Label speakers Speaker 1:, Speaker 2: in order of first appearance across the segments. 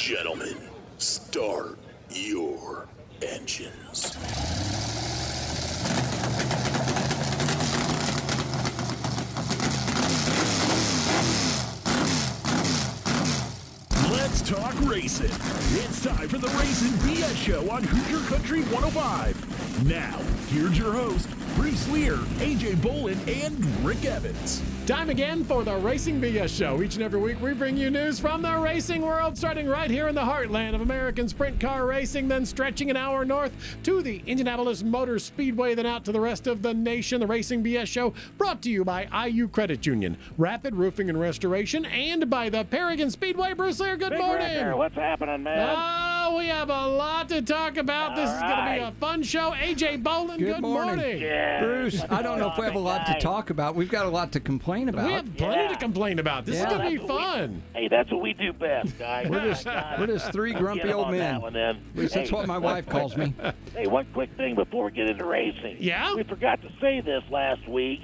Speaker 1: Gentlemen, start your engines.
Speaker 2: Let's talk racing. It's time for the Racing BS Show on Hoosier Country 105. Now, here's your host, Bruce Lear, AJ Bolin, and Rick Evans.
Speaker 3: Time again for the Racing BS Show. Each and every week, we bring you news from the racing world, starting right here in the heartland of American sprint car racing, then stretching an hour north to the Indianapolis Motor Speedway, then out to the rest of the nation. The Racing BS Show brought to you by IU Credit Union, Rapid Roofing and Restoration, and by the Paragon Speedway. Bruce Lear, good
Speaker 4: Big
Speaker 3: morning.
Speaker 4: Ricker, what's happening, man?
Speaker 5: Uh,
Speaker 3: Oh, we have a lot to talk about. this is going to be
Speaker 4: right.
Speaker 3: a fun show. AJ Bolin, good,
Speaker 5: Good morning.
Speaker 4: yeah.
Speaker 5: Bruce, I don't know if we have a lot to talk about. We've got a lot to complain about.
Speaker 3: We have plenty
Speaker 4: Yeah.
Speaker 3: to complain about. This is
Speaker 5: Yeah.
Speaker 3: going to be
Speaker 4: That's what we-
Speaker 3: fun.
Speaker 4: Hey, that's what we do best, guys.
Speaker 5: we're just we're just three grumpy old men.
Speaker 4: That one, then.
Speaker 5: At least that's
Speaker 4: Hey,
Speaker 5: what my
Speaker 4: one
Speaker 5: wife
Speaker 4: quick-
Speaker 5: calls me.
Speaker 4: Hey, one quick thing before we get into racing.
Speaker 3: Yeah?
Speaker 4: We forgot to say this last week.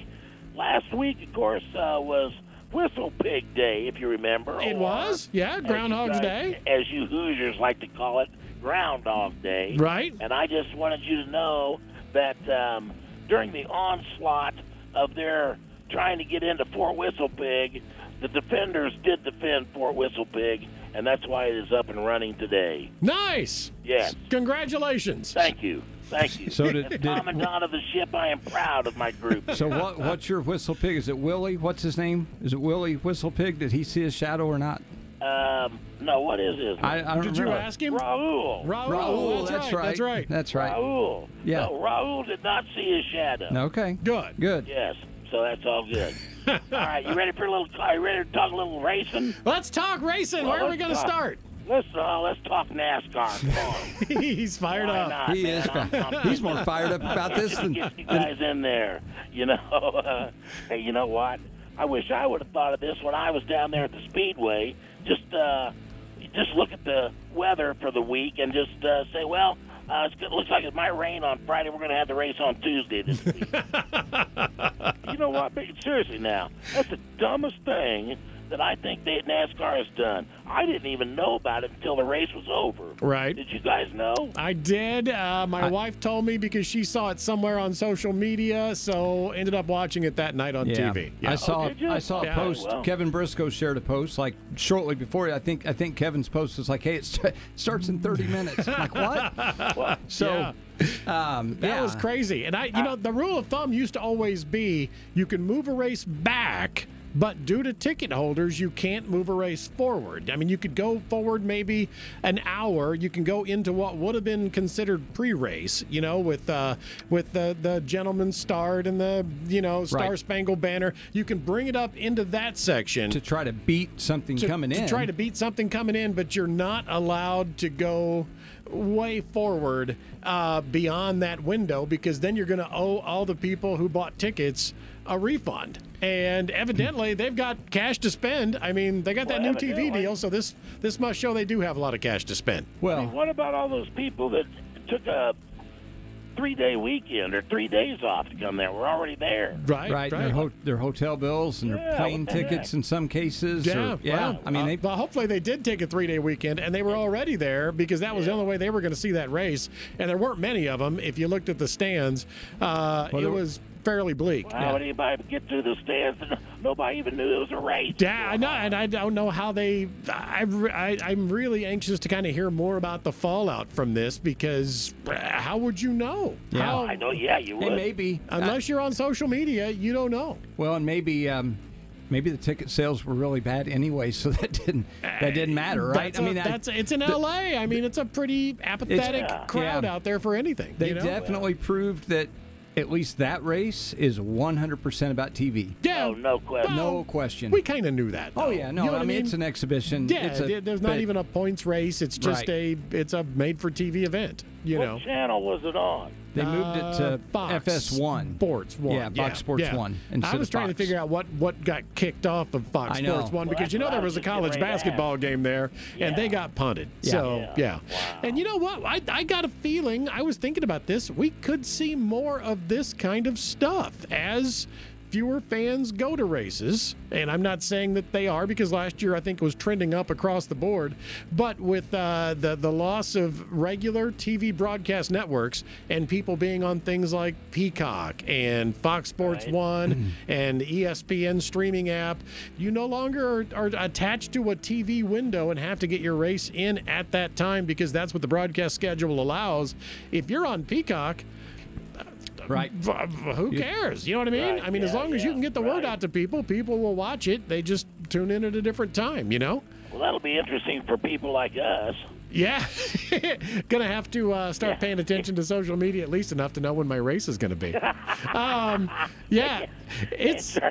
Speaker 4: Last week, of course, uh, was Whistle Pig Day, if you remember.
Speaker 3: It
Speaker 4: or-
Speaker 3: was, yeah,
Speaker 4: as Oh, you
Speaker 3: Groundhog's
Speaker 4: guys-
Speaker 3: Day.
Speaker 4: As you Hoosiers like to call it, Groundhog Day.
Speaker 3: Right.
Speaker 4: And I just wanted you to know that um, during the onslaught of their trying to get into Fort Whistle Pig, the defenders did defend Fort Whistle Pig, and that's why it is up and running today.
Speaker 3: Nice.
Speaker 4: Yes.
Speaker 3: Congratulations.
Speaker 4: Thank you. Thank you.
Speaker 5: So did-
Speaker 4: As
Speaker 5: did-
Speaker 4: commandant of the ship, I am proud of my group.
Speaker 5: So what? What's your whistle pig? Is it Willie? What's his name? Is it Willie Whistle Pig? Did he see his shadow or not?
Speaker 4: Um, no, what is his?
Speaker 5: I, I
Speaker 4: name?
Speaker 5: don't
Speaker 3: Did you
Speaker 5: remember.
Speaker 3: ask him?
Speaker 4: Raul.
Speaker 3: Raul.
Speaker 5: Raul,
Speaker 3: Oh, that's,
Speaker 5: that's
Speaker 3: right. That's right.
Speaker 5: That's right.
Speaker 4: Raul.
Speaker 5: Yeah.
Speaker 4: No, Raul did not see his shadow.
Speaker 5: Okay.
Speaker 3: Good.
Speaker 5: Good.
Speaker 4: Yes, so that's all good. all right, you ready for a little? Are you ready to talk a little racing?
Speaker 3: Let's talk racing. Where
Speaker 4: Well,
Speaker 3: are we going to
Speaker 4: let's talk.
Speaker 3: start?
Speaker 4: Let's uh, let's talk NASCAR. Come on,
Speaker 3: He's fired
Speaker 4: why
Speaker 3: up.
Speaker 4: not?
Speaker 5: He
Speaker 4: man?
Speaker 5: is.
Speaker 4: I'm-
Speaker 5: fi-
Speaker 4: I'm-
Speaker 5: He's more fired up about this than.
Speaker 4: Get you guys in there. You know, uh, hey, you know what? I wish I would have thought of this when I was down there at the Speedway. Just, uh, just look at the weather for the week and just uh, say, well, uh, it's good. looks like it might rain on Friday. We're going to have the race on Tuesday this week. you know what? But seriously, now that's the dumbest thing that I think that NASCAR has done. I didn't even know about it until the race was over.
Speaker 3: Right.
Speaker 4: Did you guys know?
Speaker 3: I did. Uh, my wife told me because she saw it somewhere on social media, so ended up watching it that night on
Speaker 5: Yeah.
Speaker 3: TV.
Speaker 5: I saw
Speaker 4: Oh, did you?
Speaker 5: I saw a
Speaker 3: Yeah.
Speaker 5: post.
Speaker 4: Wow.
Speaker 5: Kevin Briscoe shared a post like shortly before. I think I think Kevin's post was like, "Hey, it st- starts in 30 minutes." I'm like what? So, um,
Speaker 3: That
Speaker 5: yeah.
Speaker 3: was crazy. And I, you know, the rule of thumb used to always be you can move a race back, but due to ticket holders, you can't move a race forward. I mean, you could go forward maybe an hour. You can go into what would have been considered pre-race, you know, with uh, with the the gentleman starred and the you know Star Spangled Banner. You can bring it up into that section
Speaker 5: To try to beat something
Speaker 3: to-
Speaker 5: coming
Speaker 3: to
Speaker 5: in.
Speaker 3: try to beat something coming in, but you're not allowed to go way forward uh, beyond that window because then you're going to owe all the people who bought tickets a refund. And evidently,
Speaker 5: Hmm.
Speaker 3: they've got cash to spend. I mean, they got that
Speaker 4: Well,
Speaker 3: new TV
Speaker 4: evidently.
Speaker 3: deal, so this this must show they do have a lot of cash to spend.
Speaker 5: well,
Speaker 4: What about all those people that took a three day weekend or three days off to come there? We're already there.
Speaker 3: Right,
Speaker 5: right. Their, ho- their hotel bills and
Speaker 4: Yeah,
Speaker 5: their plane
Speaker 4: what the
Speaker 5: tickets in some cases.
Speaker 3: Yeah,
Speaker 5: or- yeah.
Speaker 3: well,
Speaker 5: I mean,
Speaker 3: uh,
Speaker 5: they,
Speaker 3: well, hopefully they did take a three-day weekend, and they were already there because that was the
Speaker 4: Yeah.
Speaker 3: only way they were going to see that race. And there weren't many of them. If you looked at the stands, uh,
Speaker 5: Well,
Speaker 3: it
Speaker 5: there were-
Speaker 3: was fairly bleak.
Speaker 4: How would anybody get through the stands? And nobody even knew it was a race.
Speaker 3: Yeah, I know, and I don't know how they. I, I I'm really anxious to kind of hear more about the fallout from this because uh, how would you know?
Speaker 5: Yeah.
Speaker 3: How-
Speaker 4: I know. Yeah, you would.
Speaker 5: and maybe
Speaker 3: unless you're on social media, you don't know.
Speaker 5: well, and maybe. Um, Maybe the ticket sales were really bad anyway, so that didn't that didn't matter, right?
Speaker 3: That's a-
Speaker 5: I-
Speaker 3: that's it's in L.A. I mean, it's a pretty apathetic
Speaker 5: Yeah.
Speaker 3: crowd
Speaker 5: Yeah.
Speaker 3: out there for anything.
Speaker 5: They
Speaker 3: you know?
Speaker 5: definitely proved that at least that race is 100% about TV.
Speaker 3: Yeah.
Speaker 4: Oh, no question.
Speaker 5: No
Speaker 3: Well,
Speaker 5: question.
Speaker 3: We kind of knew that.
Speaker 5: oh
Speaker 3: though.
Speaker 5: yeah, no,
Speaker 3: You know what
Speaker 5: I mean, it's an exhibition.
Speaker 3: yeah.
Speaker 5: it's a,
Speaker 3: there- there's not
Speaker 5: but
Speaker 3: even a points race. It's just a
Speaker 5: Right.
Speaker 3: it's a made for TV event. You
Speaker 4: what
Speaker 3: know.
Speaker 4: channel was it on?
Speaker 5: They moved it to
Speaker 3: Uh, Fox
Speaker 5: FS1.
Speaker 3: Sports One.
Speaker 5: Yeah, Fox Sports
Speaker 3: yeah.
Speaker 5: One.
Speaker 3: I
Speaker 5: instead
Speaker 3: was
Speaker 5: of
Speaker 3: trying to
Speaker 5: Fox.
Speaker 3: figure out what what got kicked off of Fox
Speaker 5: I know.
Speaker 3: Sports One
Speaker 4: Well,
Speaker 3: because you know
Speaker 4: that's
Speaker 3: there
Speaker 4: what I
Speaker 3: was a
Speaker 4: was just getting
Speaker 3: college
Speaker 4: ready to ask.
Speaker 3: basketball game there and they
Speaker 4: Yeah.
Speaker 3: got punted.
Speaker 5: Yeah.
Speaker 3: So yeah,
Speaker 4: Yeah. Wow.
Speaker 3: and you know what? I I got a feeling I was thinking about this. We could see more of this kind of stuff as fewer fans go to races. And I'm not saying that they are because last year I think it was trending up across the board. But with uh, the, the loss of regular TV broadcast networks and people being on things like Peacock and Fox Sports
Speaker 4: Right.
Speaker 3: One and E ESPN streaming app, you no longer are, are attached to a TV window and have to get your race in at that time because that's what the broadcast schedule allows. If you're on Peacock,
Speaker 5: right?
Speaker 3: v- v- who cares? You know what I mean?
Speaker 4: Right,
Speaker 3: I mean, as
Speaker 4: yeah,
Speaker 3: long as you
Speaker 4: yeah,
Speaker 3: can get the word
Speaker 4: right.
Speaker 3: out to people, people will watch it. They just tune in at a different time, you know?
Speaker 4: Well, that'll be interesting for people like us.
Speaker 3: Yeah. gonna have to uh, start paying attention to social media at least enough to know when my race is gonna be. Um, yeah. It's. It,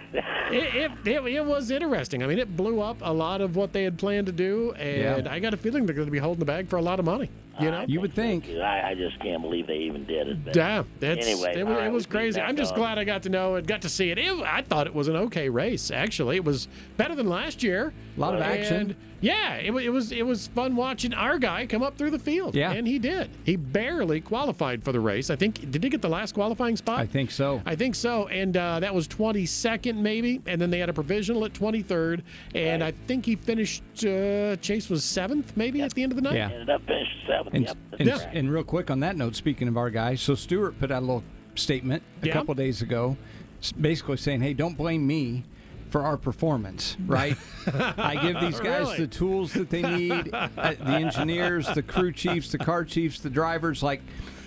Speaker 3: it, it, it was interesting. I mean, it blew up a lot of what they had planned to do, and
Speaker 5: Yeah.
Speaker 3: I got a feeling they're going to be holding the bag for a lot of money. You know?
Speaker 5: You would think.
Speaker 4: I, I just can't believe they even did it. but-
Speaker 3: Yeah, that's
Speaker 4: Anyway,
Speaker 3: it,
Speaker 4: all
Speaker 3: was,
Speaker 4: right,
Speaker 3: it was
Speaker 4: we beat
Speaker 3: crazy.
Speaker 4: that
Speaker 3: I'm just
Speaker 4: dog.
Speaker 3: glad I got to know it, got to see it. It- I thought it was an okay race. Actually, it was better than last year.
Speaker 5: A lot of action.
Speaker 3: And yeah, it, wa- it was it was fun watching our guy come up through the field.
Speaker 5: Yeah.
Speaker 3: and he did. He barely qualified for the race. I think did he get the last qualifying spot?
Speaker 5: I think so.
Speaker 3: I think so, and uh, that was 22nd maybe, and then they had a provisional at 23rd, and I think he finished. Uh, Chase was seventh maybe at the end of the night.
Speaker 5: Yeah.
Speaker 4: Ended up finishing seventh.
Speaker 5: And,
Speaker 4: yep. that's
Speaker 5: and,
Speaker 3: Yeah.
Speaker 4: correct.
Speaker 5: and real quick on that note, speaking of our guys, so Stewart put out a little statement a
Speaker 3: Yeah.
Speaker 5: couple days ago, s- basically saying, "Hey, don't blame me." For our performance, right? I give these guys
Speaker 3: Really?
Speaker 5: the tools that they need uh, the engineers, the crew chiefs, the car chiefs, the drivers like,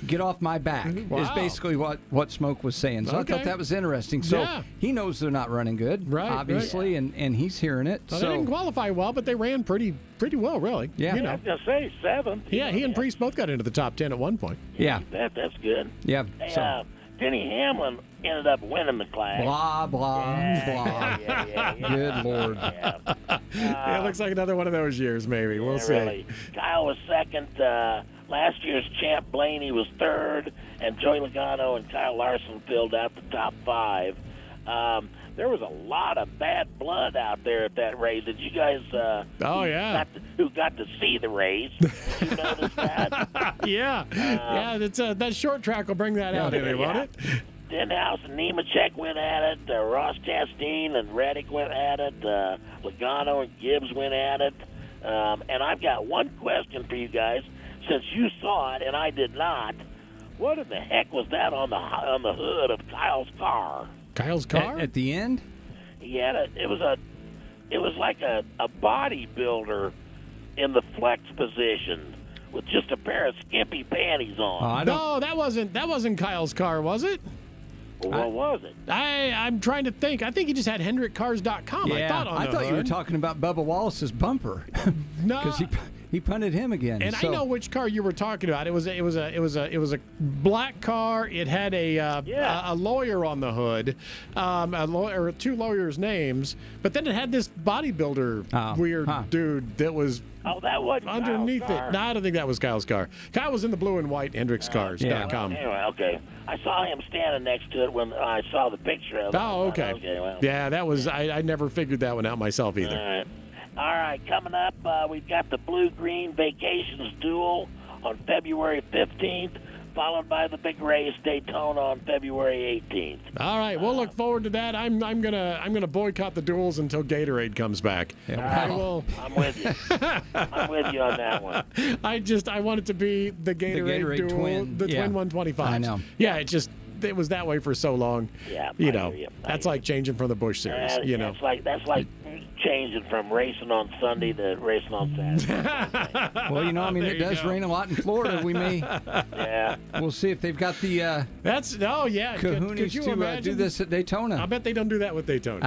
Speaker 5: get off my back is
Speaker 3: Mm-hmm. Wow.
Speaker 5: basically what, what Smoke was saying. So I
Speaker 3: Okay.
Speaker 5: thought that was interesting. So
Speaker 3: Yeah.
Speaker 5: he knows they're not running good,
Speaker 3: Right, right.
Speaker 5: obviously, And, and he's hearing it.
Speaker 3: So,
Speaker 5: so
Speaker 3: they didn't qualify well, but they ran pretty pretty well, really.
Speaker 5: Yeah.
Speaker 3: you
Speaker 5: Yeah,
Speaker 3: know.
Speaker 4: I was gonna say seventh. you
Speaker 3: Yeah,
Speaker 4: know,
Speaker 3: he and Priest both got into the top ten at one point.
Speaker 5: yeah,
Speaker 4: That that's good.
Speaker 5: yeah.
Speaker 4: Hey,
Speaker 5: So
Speaker 4: uh, Denny Hamlin ended up winning the class.
Speaker 5: blah, blah, blah.
Speaker 4: Yeah, yeah, yeah, yeah,
Speaker 5: Good lord.
Speaker 4: yeah.
Speaker 3: it looks like another one of those years, maybe. we'll
Speaker 4: Uh, Yeah, really. Kyle was second. Uh, last year's champ Blaney was third, and Joey Logano and Kyle Larson filled out the top five. Um, there was a lot of bad blood out there at that race. Did you guys? Uh,
Speaker 3: Oh,
Speaker 4: who
Speaker 3: yeah.
Speaker 4: got to- who got to see the race? Did you notice that?
Speaker 3: see. Yeah, yeah. That's uh, that short track will bring that out, anyway, won't
Speaker 4: Yeah.
Speaker 3: it?
Speaker 4: Stenhouse and Nemechek went at it. Uh, Ross Chastain and Reddick went at it. Uh, Logano and Gibbs went at it. Um, and I've got one question for you guys, since you saw it and I did not. What in the heck was that on the on the hood of Kyle's car?
Speaker 3: Kyle's car.
Speaker 5: At, at the end?
Speaker 4: He had a. It was a. It was like a, a bodybuilder in the flex position with just a pair of skimpy panties
Speaker 5: Oh,
Speaker 4: on.
Speaker 5: I don't.
Speaker 3: no, that wasn't that wasn't Kyle's car, was it? Oh,
Speaker 4: what was it?
Speaker 3: I I'm trying to think. I think he just had HendrickCars.com. I thought on the
Speaker 5: you were
Speaker 3: hood.
Speaker 5: talking about Bubba Wallace's bumper
Speaker 3: No,
Speaker 5: because he he punted him again.
Speaker 3: And
Speaker 5: so-
Speaker 3: I know which car you were talking about. It was a, it was a it was a it was a black car. It had a uh,
Speaker 4: Yeah.
Speaker 3: a, a lawyer on the hood, um, a lawyer, two lawyers' names. But then it had this bodybuilder
Speaker 5: Oh,
Speaker 3: weird
Speaker 5: huh.
Speaker 3: dude that was
Speaker 4: Oh, that wasn't Kyle's
Speaker 3: underneath
Speaker 4: car.
Speaker 3: it. No, I don't think that was Kyle's car. Kyle was in the blue and white
Speaker 5: Yeah.
Speaker 3: HendricksCars.com.
Speaker 4: Anyway, okay. I saw him standing next to it when I saw the picture of
Speaker 3: Oh,
Speaker 4: it. I thought,
Speaker 3: okay.
Speaker 4: well,
Speaker 3: Yeah, that was I, I never figured that one out myself
Speaker 4: All
Speaker 3: either.
Speaker 4: right. All right. Coming up, uh, we've got the Blue Green Vacations Duel on February 15th, followed by the big race Daytona on February 18th.
Speaker 3: All right, we'll look forward to that. I'm I'm gonna I'm gonna boycott the duels until Gatorade comes back.
Speaker 5: Yeah,
Speaker 3: I
Speaker 5: wow.
Speaker 3: will.
Speaker 4: I'm with you. I'm with you on that one.
Speaker 3: I just I want it to be the Gatorade,
Speaker 5: Gatorade
Speaker 3: duel,
Speaker 5: twin,
Speaker 3: the
Speaker 5: yeah.
Speaker 3: twin 125.
Speaker 5: I know.
Speaker 3: Yeah, it just it was that way for so long.
Speaker 4: Yeah,
Speaker 3: you
Speaker 4: I
Speaker 3: know,
Speaker 4: hear you. I
Speaker 3: that's
Speaker 4: hear
Speaker 3: like changing from the Bush series.
Speaker 4: Uh,
Speaker 3: you know,
Speaker 4: That's like, that's like changing from racing on Sunday to racing on Saturday.
Speaker 5: Well, you know, I mean,
Speaker 3: There
Speaker 5: it
Speaker 3: you
Speaker 5: does
Speaker 3: go.
Speaker 5: rain a lot in Florida. We may
Speaker 4: yeah.
Speaker 5: we'll see if they've got the uh,
Speaker 3: that's oh yeah. Could,
Speaker 5: kahunas
Speaker 3: could you
Speaker 5: to uh,
Speaker 3: imagine?
Speaker 5: do this at
Speaker 3: I
Speaker 5: Daytona. uh,
Speaker 3: bet they don't do that with Daytona.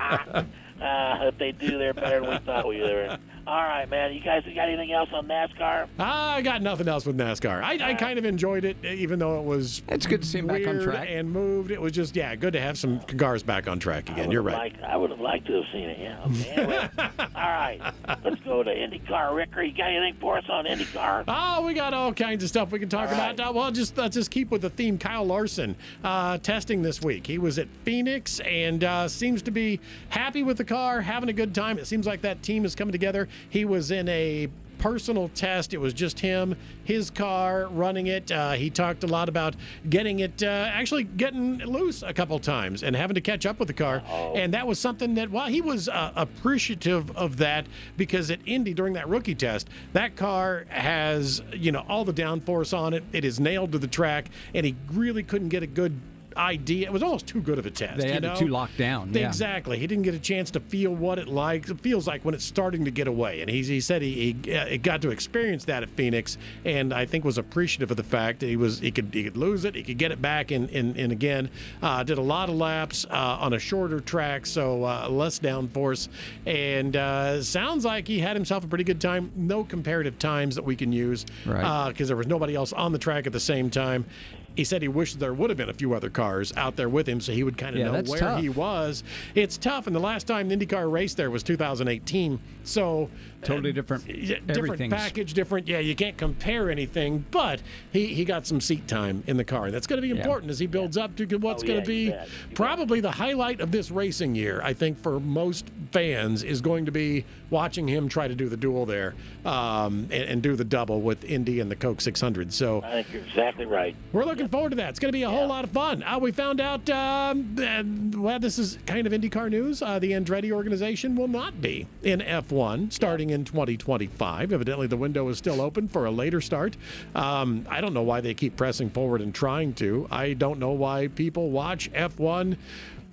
Speaker 4: Uh, if they do, they're better than we thought we were. All right, man. You guys got anything else on NASCAR?
Speaker 5: Uh,
Speaker 3: I got nothing else with NASCAR. I,
Speaker 4: Uh,
Speaker 3: I kind of enjoyed it, even though it was
Speaker 5: It's good to see him back on
Speaker 3: weird
Speaker 5: track.
Speaker 3: and moved. It was just yeah, good to have some cars back on track
Speaker 4: I
Speaker 3: again.
Speaker 4: would
Speaker 3: You're
Speaker 4: have
Speaker 3: right.
Speaker 4: liked- I would have liked to have seen it. Yeah. Okay. Anyway, all right. Let's go to IndyCar. Ricker, you got anything for us on IndyCar?
Speaker 3: Oh, we got all kinds of stuff we can talk
Speaker 4: All right.
Speaker 3: about. Uh, well, just let's just keep with the theme. Kyle Larson uh, testing this week. He was at Phoenix and uh, seems to be happy with the car, having a good time. It seems like that team is coming together. He was in a personal test. It was just him, his car, running it. Uh, he talked a lot about getting it, uh, actually getting loose a couple times and having to catch up with the car. And that was something that, while he was uh, appreciative of that because at Indy during that rookie test, that car has, you know, all the downforce on it. It is nailed to the track, and he really couldn't get a good idea. It was almost too good of a test.
Speaker 5: They
Speaker 3: you
Speaker 5: had it
Speaker 3: know?
Speaker 5: too locked down, yeah.
Speaker 3: Exactly. He didn't get a chance to feel what it like it feels like when it's starting to get away. And he, he said he, he uh, got to experience that at Phoenix, and I think was appreciative of the fact that he was he could he could lose it, he could get it back, and and, and again uh, did a lot of laps uh, on a shorter track, so uh, less downforce, and uh, sounds like he had himself a pretty good time. No comparative times that we can use
Speaker 5: Right.
Speaker 3: because there was nobody else on the track at the same time. He said he wished there would have been a few other cars out there with him, so he would kind of
Speaker 5: Yeah,
Speaker 3: know
Speaker 5: that's
Speaker 3: where
Speaker 5: tough.
Speaker 3: he was. It's tough, and the last time the IndyCar raced there was 2018, so uh,
Speaker 5: Totally different.
Speaker 3: yeah, different
Speaker 5: Everything's
Speaker 3: package, different. Yeah, you can't compare anything, but he, he got some seat time in the car, and that's going to be important as he builds up to what's
Speaker 4: Oh,
Speaker 3: going
Speaker 4: yeah,
Speaker 3: to be
Speaker 4: you bet. You bet.
Speaker 3: probably the highlight of this racing year. I think for most fans is going to be watching him try to do the duel there um, and, and do the double with Indy and the Coke 600. So
Speaker 4: I think you're exactly right.
Speaker 3: we're looking forward to that. It's going to be a whole lot of fun. Uh, we found out, um, and, well, this is kind of IndyCar news. Uh, the Andretti organization will not be in F1 starting in 2025. Evidently, the window is still open for a later start. Um, I don't know why they keep pressing forward and trying to. I don't know why people watch F1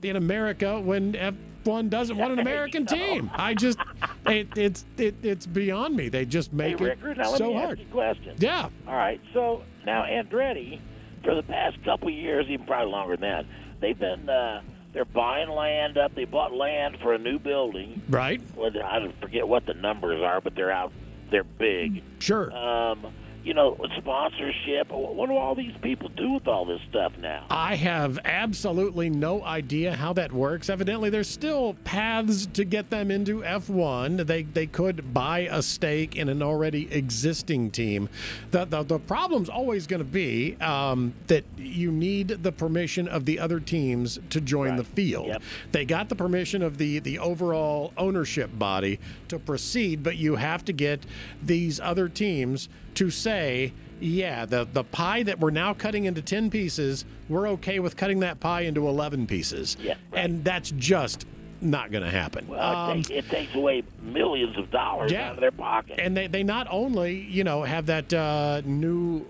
Speaker 3: in America when F1 doesn't want an American team. I just, it, it's it, it's beyond me. They just
Speaker 4: Hey,
Speaker 3: make it
Speaker 4: Rickard, now let
Speaker 3: so
Speaker 4: me
Speaker 3: hard.
Speaker 4: ask you a question.
Speaker 3: Yeah.
Speaker 4: All right. So now Andretti, for the past couple of years, even probably longer than that, they've been uh, they're buying land up. They bought land for a new building.
Speaker 3: Right?
Speaker 4: Well, I don't forget what the numbers are, but they're out. They're big.
Speaker 3: Sure.
Speaker 4: Um, you know, sponsorship. What do all these people do with all this stuff now?
Speaker 3: I have absolutely no idea how that works. Evidently, there's still paths to get them into F1. They they could buy a stake in an already existing team. The the, the problem's always going to be um, that you need the permission of the other teams to join the field.
Speaker 4: Yep.
Speaker 3: They got the permission of the the overall ownership body to proceed, but you have to get these other teams to say, yeah, the the pie that we're now cutting into 10 pieces, we're okay with cutting that pie into 11 pieces.
Speaker 4: Yeah, right.
Speaker 3: And that's just not going to happen.
Speaker 4: Well,
Speaker 3: Um,
Speaker 4: it, takes, it takes away millions of dollars
Speaker 3: Yeah.
Speaker 4: out of their pocket.
Speaker 3: and they, they not only you know have that uh, new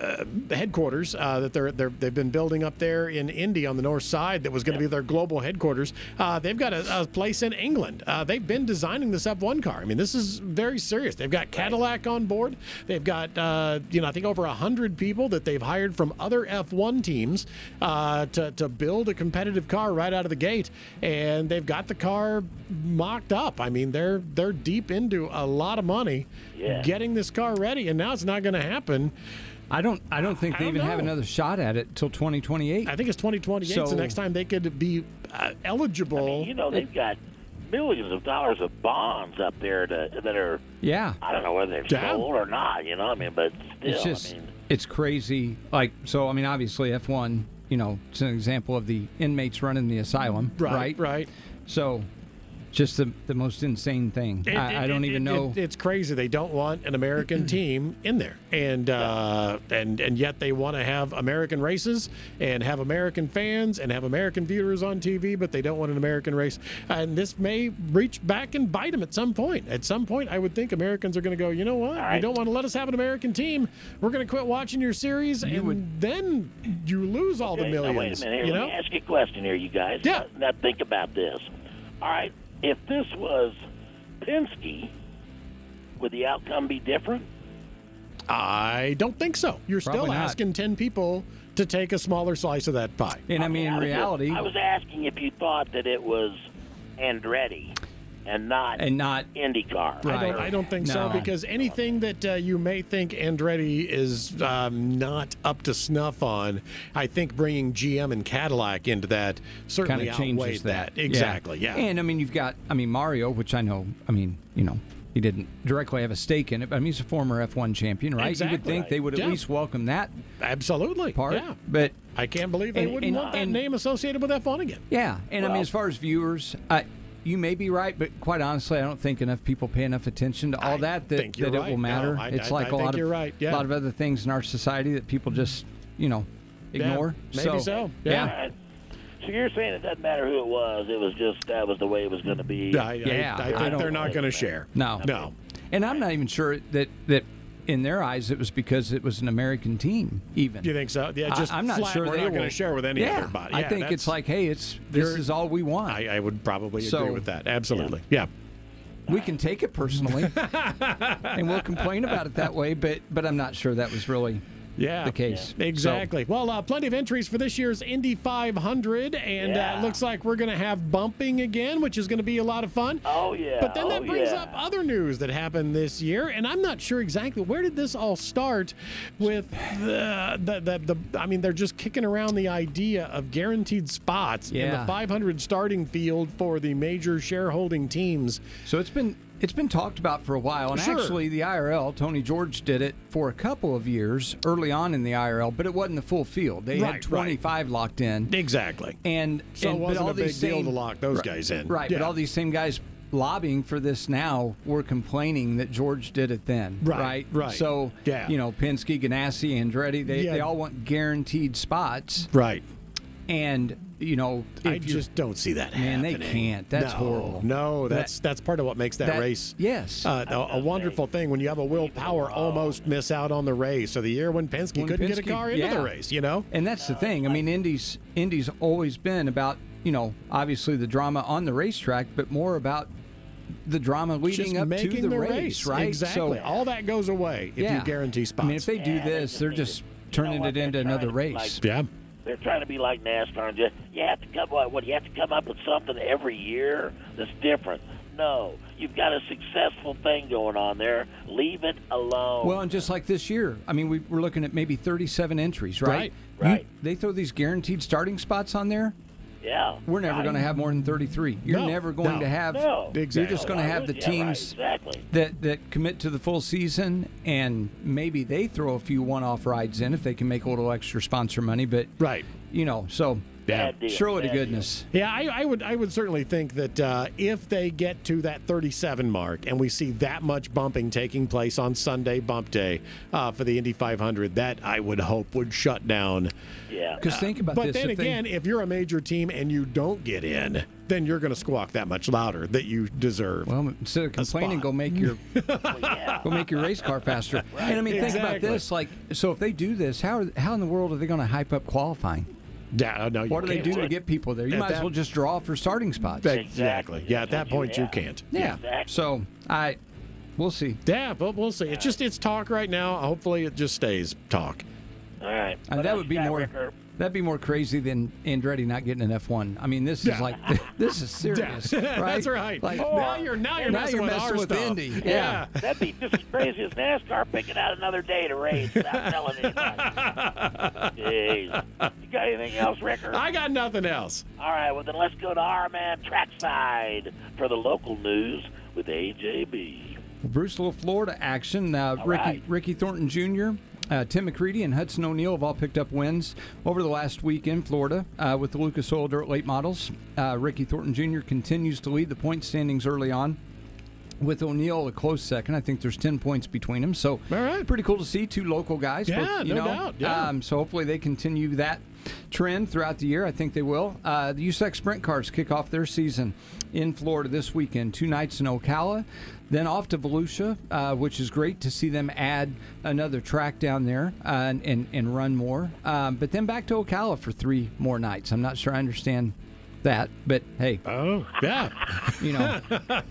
Speaker 3: uh, headquarters uh, that they're, they're they've been building up there in Indy on the north side that was going to be their global headquarters. Uh, they've got a, a place in England. Uh, they've been designing this F one car. I mean, this is very serious. They've got Cadillac on board. They've got uh, you know I think over hundred people that they've hired from other F one teams uh, to to build a competitive car right out of the gate, and they've got the car mocked up. I mean, they're they're deep into a lot of money
Speaker 4: Yeah.
Speaker 3: getting this car ready, and now it's not going to happen.
Speaker 5: I don't. I don't think
Speaker 3: I
Speaker 5: they
Speaker 3: don't
Speaker 5: even have
Speaker 3: know.
Speaker 5: another shot at it till 2028.
Speaker 3: I think it's 2028 's
Speaker 5: So-
Speaker 3: the next time they could be uh, eligible.
Speaker 4: you know, they've got millions of dollars of bonds up there to, that are
Speaker 5: yeah,
Speaker 4: I don't know whether they're
Speaker 3: Yeah.
Speaker 4: sold or not. You know, I mean, but still,
Speaker 5: it's just
Speaker 4: I mean,
Speaker 5: it's crazy. Like so, I mean, obviously F1. You know, it's an example of the inmates running the asylum,
Speaker 3: right, right.
Speaker 5: So, just the the most insane thing.
Speaker 3: It-
Speaker 5: I,
Speaker 3: it-
Speaker 5: I don't
Speaker 3: it-
Speaker 5: even
Speaker 3: it-
Speaker 5: know.
Speaker 3: it- it's crazy. They don't want an American team in there, and uh, and and yet they want to have American races and have American fans and have American viewers on TV, but they don't want an American race. And this may reach back and bite them at some point. At some point, I would think Americans are going to go. You know what? You
Speaker 4: right.
Speaker 3: don't want to let us have an American team. We're going to quit watching your series, and then you lose all the
Speaker 4: Okay, now
Speaker 3: millions.
Speaker 4: wait a minute.
Speaker 3: you
Speaker 4: Here,
Speaker 3: know?
Speaker 4: Let me ask you a question here, you guys.
Speaker 3: Yeah.
Speaker 4: Now, now think about this. All right, if this was Penske, would the outcome be different?
Speaker 3: I don't think so. You're still
Speaker 5: Probably not.
Speaker 3: asking ten people to take a smaller slice of that pie.
Speaker 5: and I mean, in
Speaker 4: was just-
Speaker 5: reality,
Speaker 4: I was asking if you thought that it was Andretti and not
Speaker 5: and not
Speaker 4: IndyCar.
Speaker 5: Right.
Speaker 3: I don't, I don't think so
Speaker 5: No.
Speaker 3: because anything that uh, you may think Andretti is um, not up to snuff on, I think bringing GM and Cadillac into that
Speaker 5: kind
Speaker 3: certainly
Speaker 5: of
Speaker 3: outweighs
Speaker 5: changes
Speaker 3: that.
Speaker 5: that.
Speaker 3: Exactly. Yeah.
Speaker 5: And I mean, you've got, I mean, Mario, which I know, I mean, you know, he didn't directly have a stake in it, but I mean, he's a former F1 champion, right? You would
Speaker 3: Exactly.
Speaker 5: think they would at
Speaker 3: Yeah.
Speaker 5: least welcome that
Speaker 3: Absolutely.
Speaker 5: part.
Speaker 3: Yeah.
Speaker 5: But
Speaker 3: I can't believe they
Speaker 5: And-
Speaker 3: wouldn't
Speaker 5: and-
Speaker 3: want that
Speaker 5: and-
Speaker 3: name associated with F1 again.
Speaker 5: yeah, and I mean,
Speaker 4: Well-
Speaker 5: as far as viewers, I, you may be right, but quite honestly, I don't think enough people pay enough attention to all
Speaker 3: I
Speaker 5: that that,
Speaker 3: think you're
Speaker 5: that it
Speaker 3: right.
Speaker 5: will
Speaker 3: No,
Speaker 5: matter.
Speaker 3: I-
Speaker 5: it's
Speaker 3: I-
Speaker 5: like
Speaker 3: I
Speaker 5: a lot
Speaker 3: think
Speaker 5: of
Speaker 3: you're right, yeah.
Speaker 5: a lot of other things in our society that people just you know
Speaker 3: Yeah,
Speaker 5: ignore.
Speaker 3: maybe so, yeah.
Speaker 4: All right. So you're saying it doesn't matter who it was. It was just that was the way it was going to be.
Speaker 3: I, I-
Speaker 5: Yeah,
Speaker 3: I,
Speaker 5: I
Speaker 3: think
Speaker 5: don't
Speaker 3: they're not
Speaker 4: like
Speaker 3: going to
Speaker 4: that.
Speaker 3: share.
Speaker 5: No.
Speaker 3: No.
Speaker 5: And I'm not even sure that that in their eyes it was because it was an American team. Even
Speaker 3: Do you think so? Yeah,
Speaker 5: I-
Speaker 3: just
Speaker 5: I'm not
Speaker 3: flat,
Speaker 5: sure
Speaker 3: we're
Speaker 5: they
Speaker 3: not going
Speaker 5: will-
Speaker 3: to share with any
Speaker 5: yeah,
Speaker 3: other body.
Speaker 5: I
Speaker 3: Yeah,
Speaker 5: think it's
Speaker 3: that's-
Speaker 5: like, hey, it's this
Speaker 3: you're-
Speaker 5: is all we want.
Speaker 3: I, I would probably agree
Speaker 5: So-
Speaker 3: with that. Absolutely. Yeah.
Speaker 5: we can take it personally, and we'll complain about it that way. But but I'm not sure that was really
Speaker 3: Yeah.
Speaker 5: the case.
Speaker 3: Exactly. Well, uh, plenty of entries for this year's Indy 500, and uh,
Speaker 4: Yeah.
Speaker 3: it looks like we're going to have bumping again, which is going to be a lot of fun.
Speaker 4: Oh yeah.
Speaker 3: But then that
Speaker 4: oh,
Speaker 3: brings
Speaker 4: yeah.
Speaker 3: up uh, other news that happened this year, and I'm not sure exactly where did this all start. With the the the, the I mean, they're just kicking around the idea of guaranteed spots in
Speaker 5: Yeah.
Speaker 3: the 500 starting field for the major shareholding teams.
Speaker 5: So it's been it's been talked about for a while, and
Speaker 3: Sure.
Speaker 5: actually the IRL Tony George did it for a couple of years early on in the IRL, but it wasn't the full field. They
Speaker 3: Right,
Speaker 5: had
Speaker 3: right.
Speaker 5: 25 locked in,
Speaker 3: Exactly.
Speaker 5: and
Speaker 3: So
Speaker 5: and,
Speaker 3: it
Speaker 5: but
Speaker 3: wasn't
Speaker 5: all
Speaker 3: a big
Speaker 5: these
Speaker 3: deal
Speaker 5: same-
Speaker 3: to lock those guys in.
Speaker 5: Right, but
Speaker 3: Yeah.
Speaker 5: all these same guys lobbying for this now were complaining that George did it then.
Speaker 3: Right,
Speaker 5: right.
Speaker 3: right.
Speaker 5: So
Speaker 3: Yeah.
Speaker 5: you know, Penske, Ganassi, Andretti, they,
Speaker 3: Yeah.
Speaker 5: they all want guaranteed spots.
Speaker 3: Right.
Speaker 5: And you know, if
Speaker 3: I
Speaker 5: you're-
Speaker 3: just don't see that
Speaker 5: Man, they
Speaker 3: happening.
Speaker 5: can't. That's
Speaker 3: No,
Speaker 5: horrible.
Speaker 3: No,
Speaker 5: That-
Speaker 3: that's that's part of what makes that,
Speaker 5: that-
Speaker 3: race.
Speaker 5: yes.
Speaker 3: uh, a, a wonderful thing when you have a Will Power almost miss out on the race. So the year when Penske
Speaker 5: When
Speaker 3: couldn't get a
Speaker 5: Penske-
Speaker 3: car into
Speaker 5: yeah.
Speaker 3: the race, you know.
Speaker 5: And that's the thing. I mean, Indy's Indy's always been about you know obviously the drama on the racetrack, but more about the drama leading
Speaker 3: Just
Speaker 5: up to
Speaker 3: making
Speaker 5: the, race, right?
Speaker 3: Exactly.
Speaker 5: So,
Speaker 3: All that goes away if you guarantee spots.
Speaker 5: I mean, if they do
Speaker 4: Yeah, they
Speaker 5: this,
Speaker 4: just
Speaker 5: they're
Speaker 4: need to-
Speaker 5: just
Speaker 4: you know
Speaker 5: turning
Speaker 4: what,
Speaker 5: it
Speaker 4: they're
Speaker 5: into another
Speaker 4: trying to be
Speaker 5: race.
Speaker 4: like-
Speaker 3: yeah.
Speaker 4: They're trying to be like NASCAR and just you have to come what, what you have to come up with something every year that's different. No, you've got a successful thing going on there. Leave it alone.
Speaker 5: Well, and just like this year, I mean, we, we're looking at maybe 37 entries, right?
Speaker 3: Right.
Speaker 5: You-
Speaker 4: Right.
Speaker 5: they throw these guaranteed starting spots on there.
Speaker 4: yeah,
Speaker 5: We're never
Speaker 4: Right.
Speaker 5: going to have more than 33. You're
Speaker 3: No,
Speaker 5: never going
Speaker 3: no,
Speaker 5: to have.
Speaker 4: no.
Speaker 5: You're just
Speaker 3: Exactly.
Speaker 5: going to
Speaker 4: Why
Speaker 5: have
Speaker 4: would
Speaker 5: the
Speaker 4: you? Oh, Yeah, right,
Speaker 5: teams
Speaker 4: exactly.
Speaker 5: that that commit to the full season, and maybe they throw a few one-off rides in if they can make a little extra sponsor money. But
Speaker 3: Right.
Speaker 5: you know, so
Speaker 3: Yeah.
Speaker 4: Bad deal,
Speaker 5: surely to
Speaker 4: bad deal.
Speaker 5: goodness,
Speaker 3: Yeah, I, I would I would certainly think that uh, if they get to that 37 mark and we see that much bumping taking place on Sunday bump day uh, for the Indy 500, that I would hope would shut down.
Speaker 4: Yeah.
Speaker 5: because think about
Speaker 3: But
Speaker 5: Uh, this.
Speaker 3: then
Speaker 5: if they-
Speaker 3: again, if you're a major team and you don't get in, then you're going to squawk that much louder that you deserve.
Speaker 5: well, instead of complaining,
Speaker 3: spot.
Speaker 5: go make your
Speaker 4: Well, yeah.
Speaker 5: go make your race car faster. And I mean, think about
Speaker 3: Exactly.
Speaker 5: this. Like, so if they do this, how are, how in the world are they going to hype up qualifying?
Speaker 3: Yeah, uh, no, you
Speaker 5: What do they
Speaker 3: can't.
Speaker 5: do to get people there? You
Speaker 3: At
Speaker 5: might as
Speaker 3: that-
Speaker 5: well just draw for starting spots.
Speaker 3: Exactly. Yeah, at that
Speaker 4: That's what
Speaker 3: point you
Speaker 4: have.
Speaker 3: can't.
Speaker 5: yeah.
Speaker 4: Exactly.
Speaker 5: So I, we'll see.
Speaker 3: Yeah, but we'll see. It's just it's talk right now. Hopefully, it just stays talk.
Speaker 4: All right.
Speaker 5: And
Speaker 4: What
Speaker 5: Uh, that
Speaker 4: else
Speaker 5: would
Speaker 4: you
Speaker 5: be
Speaker 4: got,
Speaker 5: more.
Speaker 4: Ricker?
Speaker 5: That'd be more crazy than Andretti not getting an F one. I mean, this is
Speaker 3: Yeah.
Speaker 5: like this is serious. right?
Speaker 3: That's right. Oh,
Speaker 5: Like,
Speaker 3: now you're now you're
Speaker 5: now
Speaker 3: messing
Speaker 5: you're
Speaker 3: with
Speaker 5: messing
Speaker 3: our
Speaker 5: with
Speaker 3: stuff.
Speaker 5: Indy. Yeah.
Speaker 3: Yeah.
Speaker 4: That'd be just as crazy as NASCAR picking out another day to race without telling anybody. Jeez. You got anything else, Ricker?
Speaker 3: I got nothing else.
Speaker 4: All right, well, then let's go to our man Trackside for the local news with AJB.
Speaker 5: Bruce Little Florida action. Uh, Ricky
Speaker 4: right.
Speaker 5: Ricky Thornton Jr., uh, Tim McCready, and Hudson O'Neill have all picked up wins over the last week in Florida uh, with the Lucas Oil Dirt Late Models. Uh, Ricky Thornton Jr. continues to lead the point standings early on. With O'Neill a close second, I think there's ten points between them. So,
Speaker 3: All right.
Speaker 5: pretty cool to see two local guys.
Speaker 3: Yeah,
Speaker 5: both, you
Speaker 3: no
Speaker 5: know,
Speaker 3: doubt, yeah.
Speaker 5: Um, so hopefully they continue that trend throughout the year. I think they will. Uh, the USAC Sprint Cars kick off their season in Florida this weekend. Two nights in Ocala, then off to Volusia, uh, which is great to see them add another track down there uh, and, and and run more. Um, but then back to Ocala for three more nights. I'm not sure I understand that, but hey,
Speaker 3: Oh, yeah.
Speaker 5: you know,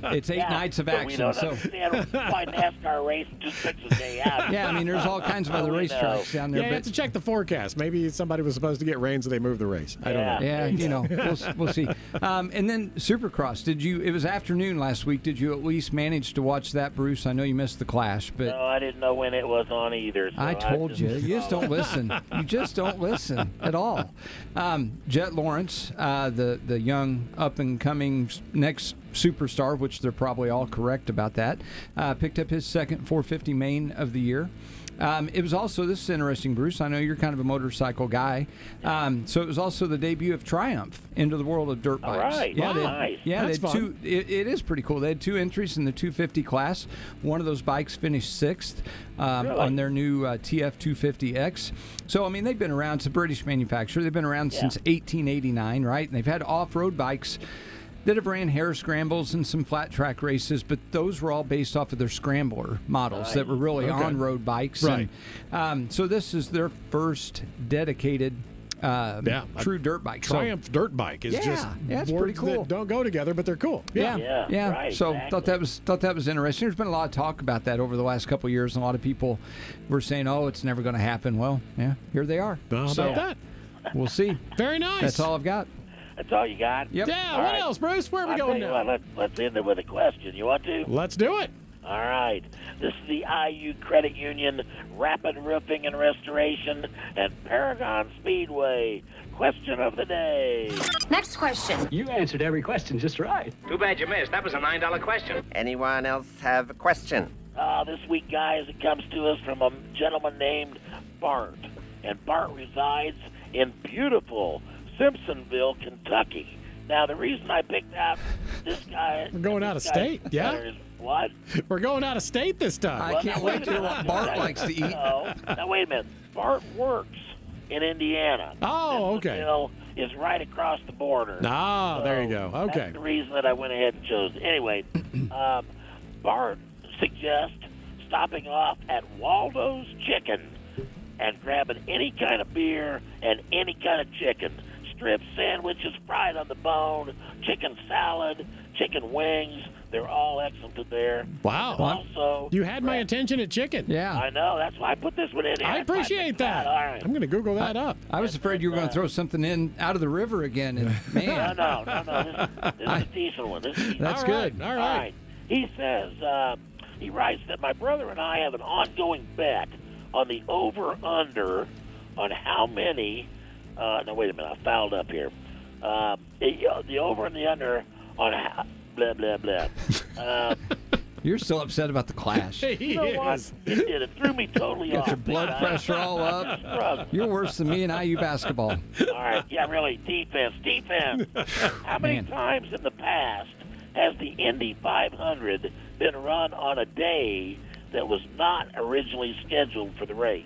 Speaker 5: it's eight nights of
Speaker 4: But we
Speaker 5: action.
Speaker 4: don't
Speaker 5: So.
Speaker 4: understand why NASCAR race just picks a day out.
Speaker 5: Yeah, I mean, there's all kinds of other
Speaker 4: We know.
Speaker 5: racetracks down there.
Speaker 3: yeah, you
Speaker 5: but
Speaker 3: have to check the forecast. Maybe somebody was supposed to get rain, so they moved the race. I don't
Speaker 4: Yeah.
Speaker 3: know.
Speaker 5: Yeah, you know, we'll, s- we'll see. Um, and then Supercross. Did you? It was afternoon last week. Did you at least manage to watch that, Bruce? I know you missed the clash, but
Speaker 4: No, I didn't know when it was on either. So
Speaker 5: I told
Speaker 4: just-
Speaker 5: you, you just don't listen. You just don't listen at all. Um, Jet Lawrence, uh, the the young up and coming s- next superstar, which they're probably all correct about that, uh, picked up his second 450 main of the year. Um, it was also this is interesting, Bruce. I know you're kind of a motorcycle guy, um, so it was also the debut of Triumph into the world of dirt
Speaker 4: All
Speaker 5: bikes.
Speaker 4: right.
Speaker 5: yeah, they-
Speaker 4: Nice.
Speaker 5: yeah,
Speaker 3: That's
Speaker 5: they had
Speaker 3: fun.
Speaker 5: two. It, it is pretty cool. They had two entries in the 250 class. One of those bikes finished sixth um,
Speaker 4: Really?
Speaker 5: on their new uh, TF 250X. So I mean, they've been around. It's a British manufacturer. They've been around since 1889, right? And they've had off-road bikes. That have ran hair scrambles and some flat track races, but those were all based off of their scrambler models that were really on road bikes.
Speaker 3: Right.
Speaker 5: And, um, so this is their first dedicated, um,
Speaker 3: Yeah.
Speaker 5: true dirt bike. So-
Speaker 3: Triumph dirt bike is
Speaker 5: Yeah,
Speaker 3: just
Speaker 5: yeah, it's
Speaker 3: words
Speaker 5: pretty cool.
Speaker 3: that don't go together, but they're cool.
Speaker 5: Yeah,
Speaker 4: Yeah, right,
Speaker 5: so thought
Speaker 4: exactly.
Speaker 5: that was thought that was interesting. There's been a lot of talk about that over the last couple of years, and a lot of people were saying, "Oh, it's never going to happen." Well, yeah, here they are.
Speaker 3: How about
Speaker 5: So,
Speaker 3: that?
Speaker 5: We'll see.
Speaker 3: Very nice.
Speaker 5: That's all I've got.
Speaker 4: That's all you got?
Speaker 5: Yep.
Speaker 3: Yeah.
Speaker 4: All
Speaker 3: what
Speaker 4: right.
Speaker 3: else, Bruce? Where are we
Speaker 4: I tell
Speaker 3: going
Speaker 4: you
Speaker 3: now?
Speaker 4: what, let's, let's end it with a question. You want to?
Speaker 3: Let's do it.
Speaker 4: All right. This is the IU Credit Union Rapid Roofing and Restoration and Paragon Speedway. Question of the day.
Speaker 6: Next question.
Speaker 7: You answered every question just right.
Speaker 8: Too bad you missed. That was a $9 question.
Speaker 9: Anyone else have a question?
Speaker 4: Uh, this week, guys, it comes to us from a gentleman named Bart. And Bart resides in beautiful Simpsonville, Kentucky. Now, the reason I picked out this guy. We're
Speaker 3: going out of state, yeah?
Speaker 4: What?
Speaker 3: We're going out of state this time.
Speaker 5: I can't wait to hear what Bart likes to eat.
Speaker 4: Oh, now wait a minute. Bart works in Indiana.
Speaker 3: Oh, okay.
Speaker 4: Simpsonville is right across the border.
Speaker 3: Ah, there you go.
Speaker 4: So
Speaker 3: Okay.
Speaker 4: That's the reason that I went ahead and chose. Anyway, um, Bart suggests stopping off at Waldo's Chicken and grabbing any kind of beer and any kind of chicken. Strip sandwiches, fried on the bone, chicken salad, chicken wings. They're all excellent there.
Speaker 3: Wow.
Speaker 4: Also,
Speaker 3: You had my attention at chicken.
Speaker 5: Yeah,
Speaker 4: I know. That's why I put this one in here.
Speaker 3: I
Speaker 4: That's why
Speaker 3: appreciate
Speaker 4: picked
Speaker 3: that.
Speaker 4: All right.
Speaker 3: I'm going to Google that up.
Speaker 5: I was afraid you were going to throw something in out of the river again, and
Speaker 4: uh, No,
Speaker 5: man,
Speaker 4: no, no, no. This, this is a decent one. This is a decent
Speaker 5: that's
Speaker 3: All right,
Speaker 5: good.
Speaker 3: All right.
Speaker 4: He says, uh, he writes that my brother and I have an ongoing bet on the over under on how many. Uh, no, wait a minute. I fouled up here. Um, the the over and the under on how. Blah, blah, blah. Um,
Speaker 5: You're still upset about the clash.
Speaker 3: He
Speaker 4: you know what?
Speaker 3: is.
Speaker 4: It did. It threw me totally
Speaker 5: Got
Speaker 4: off.
Speaker 5: your blood
Speaker 4: man.
Speaker 5: pressure all
Speaker 4: I
Speaker 5: up.
Speaker 4: struggled.
Speaker 5: You're worse than me in IU basketball.
Speaker 4: All right. Yeah, really. Defense. Defense. How many
Speaker 5: Man.
Speaker 4: times in the past has the Indy 500 been run on a day that was not originally scheduled for the race?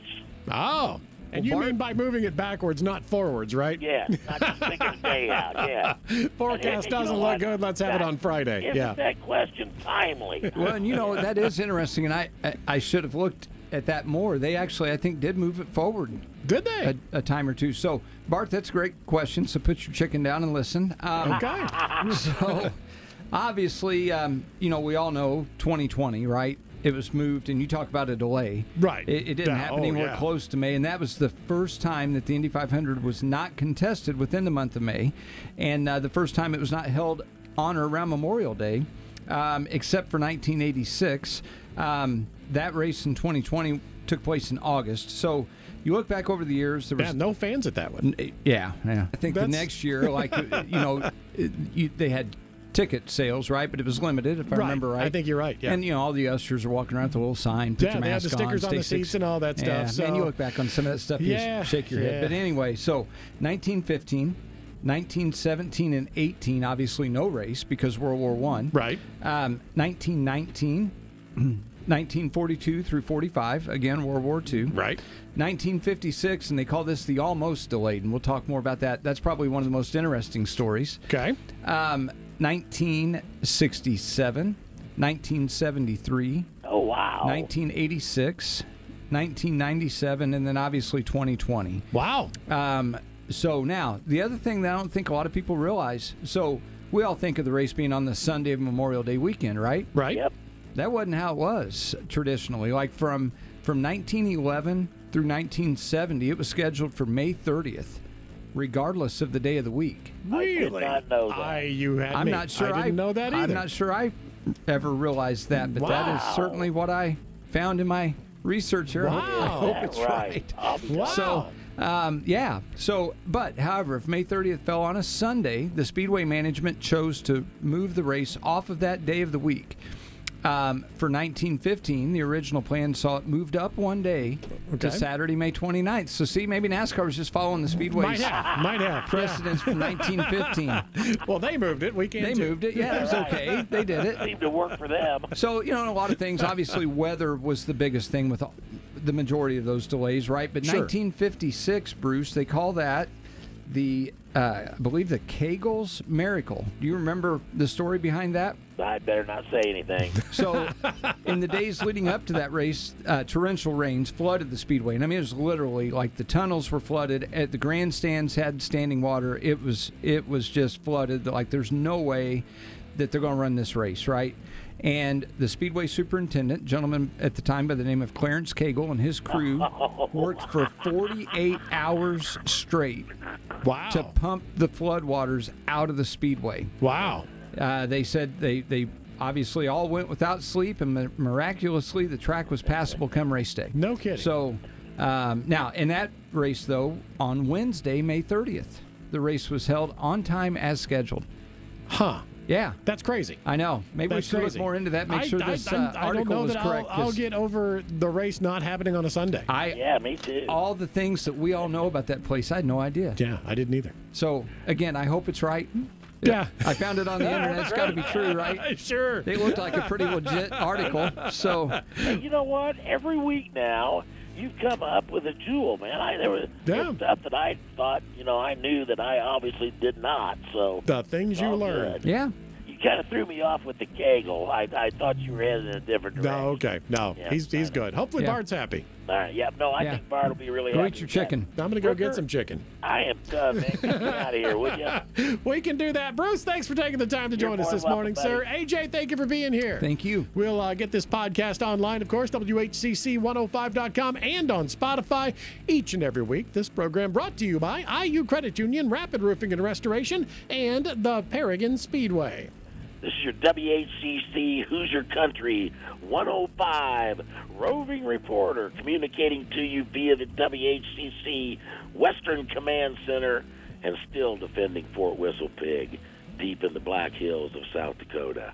Speaker 3: Oh. And you
Speaker 5: Bart-
Speaker 3: mean by moving it backwards, not forwards, right?
Speaker 4: Yeah. Not just picking a day out. Yeah. And,
Speaker 3: Forecast
Speaker 4: you
Speaker 3: doesn't
Speaker 4: know
Speaker 3: look
Speaker 4: what?
Speaker 3: good. Let's have it
Speaker 4: That-
Speaker 3: on Friday.
Speaker 4: Isn't
Speaker 3: Yeah.
Speaker 4: that question timely?
Speaker 5: Well, and you know that is interesting, and I I, I should have looked at that more. They actually, I think, did move it forward
Speaker 3: Did they?
Speaker 5: a, a time or two. So, Bart, that's a great question. So put your chicken down and listen. Um,
Speaker 3: okay.
Speaker 5: so, obviously, um, you know, we all know 2020, right? It was moved, and you talk about a delay.
Speaker 3: Right.
Speaker 5: It, it didn't
Speaker 3: Yeah,
Speaker 5: happen
Speaker 3: oh,
Speaker 5: anywhere
Speaker 3: yeah.
Speaker 5: close to May, and that was the first time that the Indy 500 was not contested within the month of May, and uh, the first time it was not held on or around Memorial Day, um, except for 1986. Um, that race in 2020 took place in August. So, you look back over the years, there was
Speaker 3: Yeah, no fans at that one.
Speaker 5: yeah, yeah. I think the
Speaker 3: That's-
Speaker 5: next year, like uh, you know, you, they had ticket sales, right? But it was limited, if I
Speaker 3: Right.
Speaker 5: remember right.
Speaker 3: I think you're right, yeah.
Speaker 5: And you know, all the ushers are walking around with a little sign, put
Speaker 3: Yeah,
Speaker 5: your
Speaker 3: they had the
Speaker 5: mask
Speaker 3: stickers on
Speaker 5: stay
Speaker 3: the
Speaker 5: six-
Speaker 3: seats and all that stuff,
Speaker 5: Yeah, man,
Speaker 3: so-
Speaker 5: you look back on some of that stuff, you
Speaker 3: Yeah,
Speaker 5: just shake your
Speaker 3: yeah.
Speaker 5: head. But anyway, so 1915. 1917 and 18, obviously no race because World War One.
Speaker 3: Right.
Speaker 5: Um, 1919, 1942 through 45, again World War Two.
Speaker 3: Right.
Speaker 5: 1956, and they call this the almost delayed, and we'll talk more about that. That's probably one of the most interesting stories.
Speaker 3: Okay.
Speaker 5: Um, 1967, 1973,
Speaker 4: Oh, wow.
Speaker 5: 1986, 1997, and then obviously 2020.
Speaker 3: Wow.
Speaker 5: Um, so now, the other thing that I don't think a lot of people realize so we all think of the race being on the Sunday of Memorial Day weekend, right?
Speaker 3: Right.
Speaker 4: Yep.
Speaker 5: that wasn't how it was traditionally. Like from from 1911 through 1970, it was scheduled for May 30th, regardless of the day of the week.
Speaker 3: Really?
Speaker 4: not know that.
Speaker 3: I you had
Speaker 5: I'm
Speaker 3: me.
Speaker 5: not sure
Speaker 3: I didn't know that either.
Speaker 5: I'm not sure I ever realized that, but that
Speaker 3: Wow.
Speaker 5: is certainly what I found in my research here. I hope- I
Speaker 3: Wow.
Speaker 5: hope it's
Speaker 4: Right.
Speaker 5: Oh, right.
Speaker 4: Oh,
Speaker 3: Wow.
Speaker 5: So Um, yeah. So, but however, if May 30th fell on a Sunday, the Speedway management chose to move the race off of that day of the week. Um, for 1915, the original plan saw it moved up one day
Speaker 3: Okay.
Speaker 5: to Saturday, May 29th. So, see, maybe NASCAR was just following the
Speaker 3: Might
Speaker 5: Speedway's
Speaker 3: have, might have.
Speaker 5: precedents from 1915.
Speaker 3: Yeah. Well, they moved it. We can't.
Speaker 5: They moved it. Yeah, it was okay. They did it.
Speaker 4: Seemed to work for them.
Speaker 5: So you know, in a lot of things, obviously, weather was the biggest thing with all- the majority of those delays, right? But
Speaker 3: Sure.
Speaker 5: 1956, Bruce, they call that the, uh, I believe, the Kegel's miracle. Do you remember the story behind that?
Speaker 4: I better not say anything.
Speaker 5: So, in the days leading up to that race, uh, torrential rains flooded the speedway, and I mean it was literally like the tunnels were flooded. At the grandstands had standing water. It was it was just flooded. Like there's no way that they're going to run this race, right? And the speedway superintendent, gentleman at the time by the name of Clarence Cagle, and his crew worked for 48 hours straight
Speaker 3: Wow.
Speaker 5: to pump the floodwaters out of the speedway.
Speaker 3: wow.
Speaker 5: Uh, they said they, they obviously all went without sleep, and mi- miraculously, the track was passable come race day.
Speaker 3: No kidding.
Speaker 5: So um, now, in that race, though, on Wednesday, May 30th, the race was held on time as scheduled.
Speaker 3: Huh.
Speaker 5: Yeah.
Speaker 3: That's crazy.
Speaker 5: I know. Maybe
Speaker 3: That's
Speaker 5: we should
Speaker 3: crazy.
Speaker 5: look more into that. Make
Speaker 3: I-
Speaker 5: sure
Speaker 3: I-
Speaker 5: this
Speaker 3: I'm-
Speaker 5: uh,
Speaker 3: I don't
Speaker 5: article
Speaker 3: know
Speaker 5: is
Speaker 3: that
Speaker 5: correct.
Speaker 3: I'll, I'll
Speaker 5: 'cause
Speaker 3: get over the race not happening on a Sunday.
Speaker 5: I
Speaker 4: yeah, me too.
Speaker 5: all the things that we all know about that place. I had no idea.
Speaker 3: yeah, I didn't either.
Speaker 5: So again, I hope it's right.
Speaker 3: Yeah.
Speaker 5: I found it on the internet. It's got to be true, right?
Speaker 3: sure.
Speaker 5: It looked like a pretty legit article. So
Speaker 4: Hey, you know what? Every week now, you've come up with a jewel, man. I there was there was
Speaker 3: Yeah.
Speaker 4: stuff that I thought, you know, I knew that I obviously did not. So
Speaker 3: The things you
Speaker 4: All
Speaker 3: learn.
Speaker 4: Oh, good.
Speaker 5: yeah.
Speaker 4: You kind of threw me off with the kegel. I, I thought you were headed in a different direction.
Speaker 3: No, okay. No,
Speaker 4: Yeah,
Speaker 3: he's he's good. Hopefully,
Speaker 5: Yeah.
Speaker 3: Bart's happy.
Speaker 4: All right. Yep. No, I
Speaker 5: Yeah.
Speaker 4: think Bart will be really
Speaker 5: Go
Speaker 4: happy.
Speaker 5: eat your
Speaker 4: with that.
Speaker 5: chicken.
Speaker 3: I'm gonna go get some chicken.
Speaker 4: I am done, man. Get out of here, would you?
Speaker 3: We can do that. Bruce, thanks for taking the time to
Speaker 4: You're
Speaker 3: join us
Speaker 4: more
Speaker 3: this
Speaker 4: welcome,
Speaker 3: morning,
Speaker 4: buddy.
Speaker 3: sir. AJ, thank you for being here.
Speaker 5: Thank you.
Speaker 3: We'll uh, get this podcast online, of course, WHCC105.com and on Spotify each and every week. This program brought to you by IU Credit Union, Rapid Roofing and Restoration, and the Paragon Speedway.
Speaker 4: This is your WHCC Who's Your Country 105 roving reporter communicating to you via the WHCC Western Command Center and still defending Fort Whistle Pig deep in the Black Hills of South Dakota.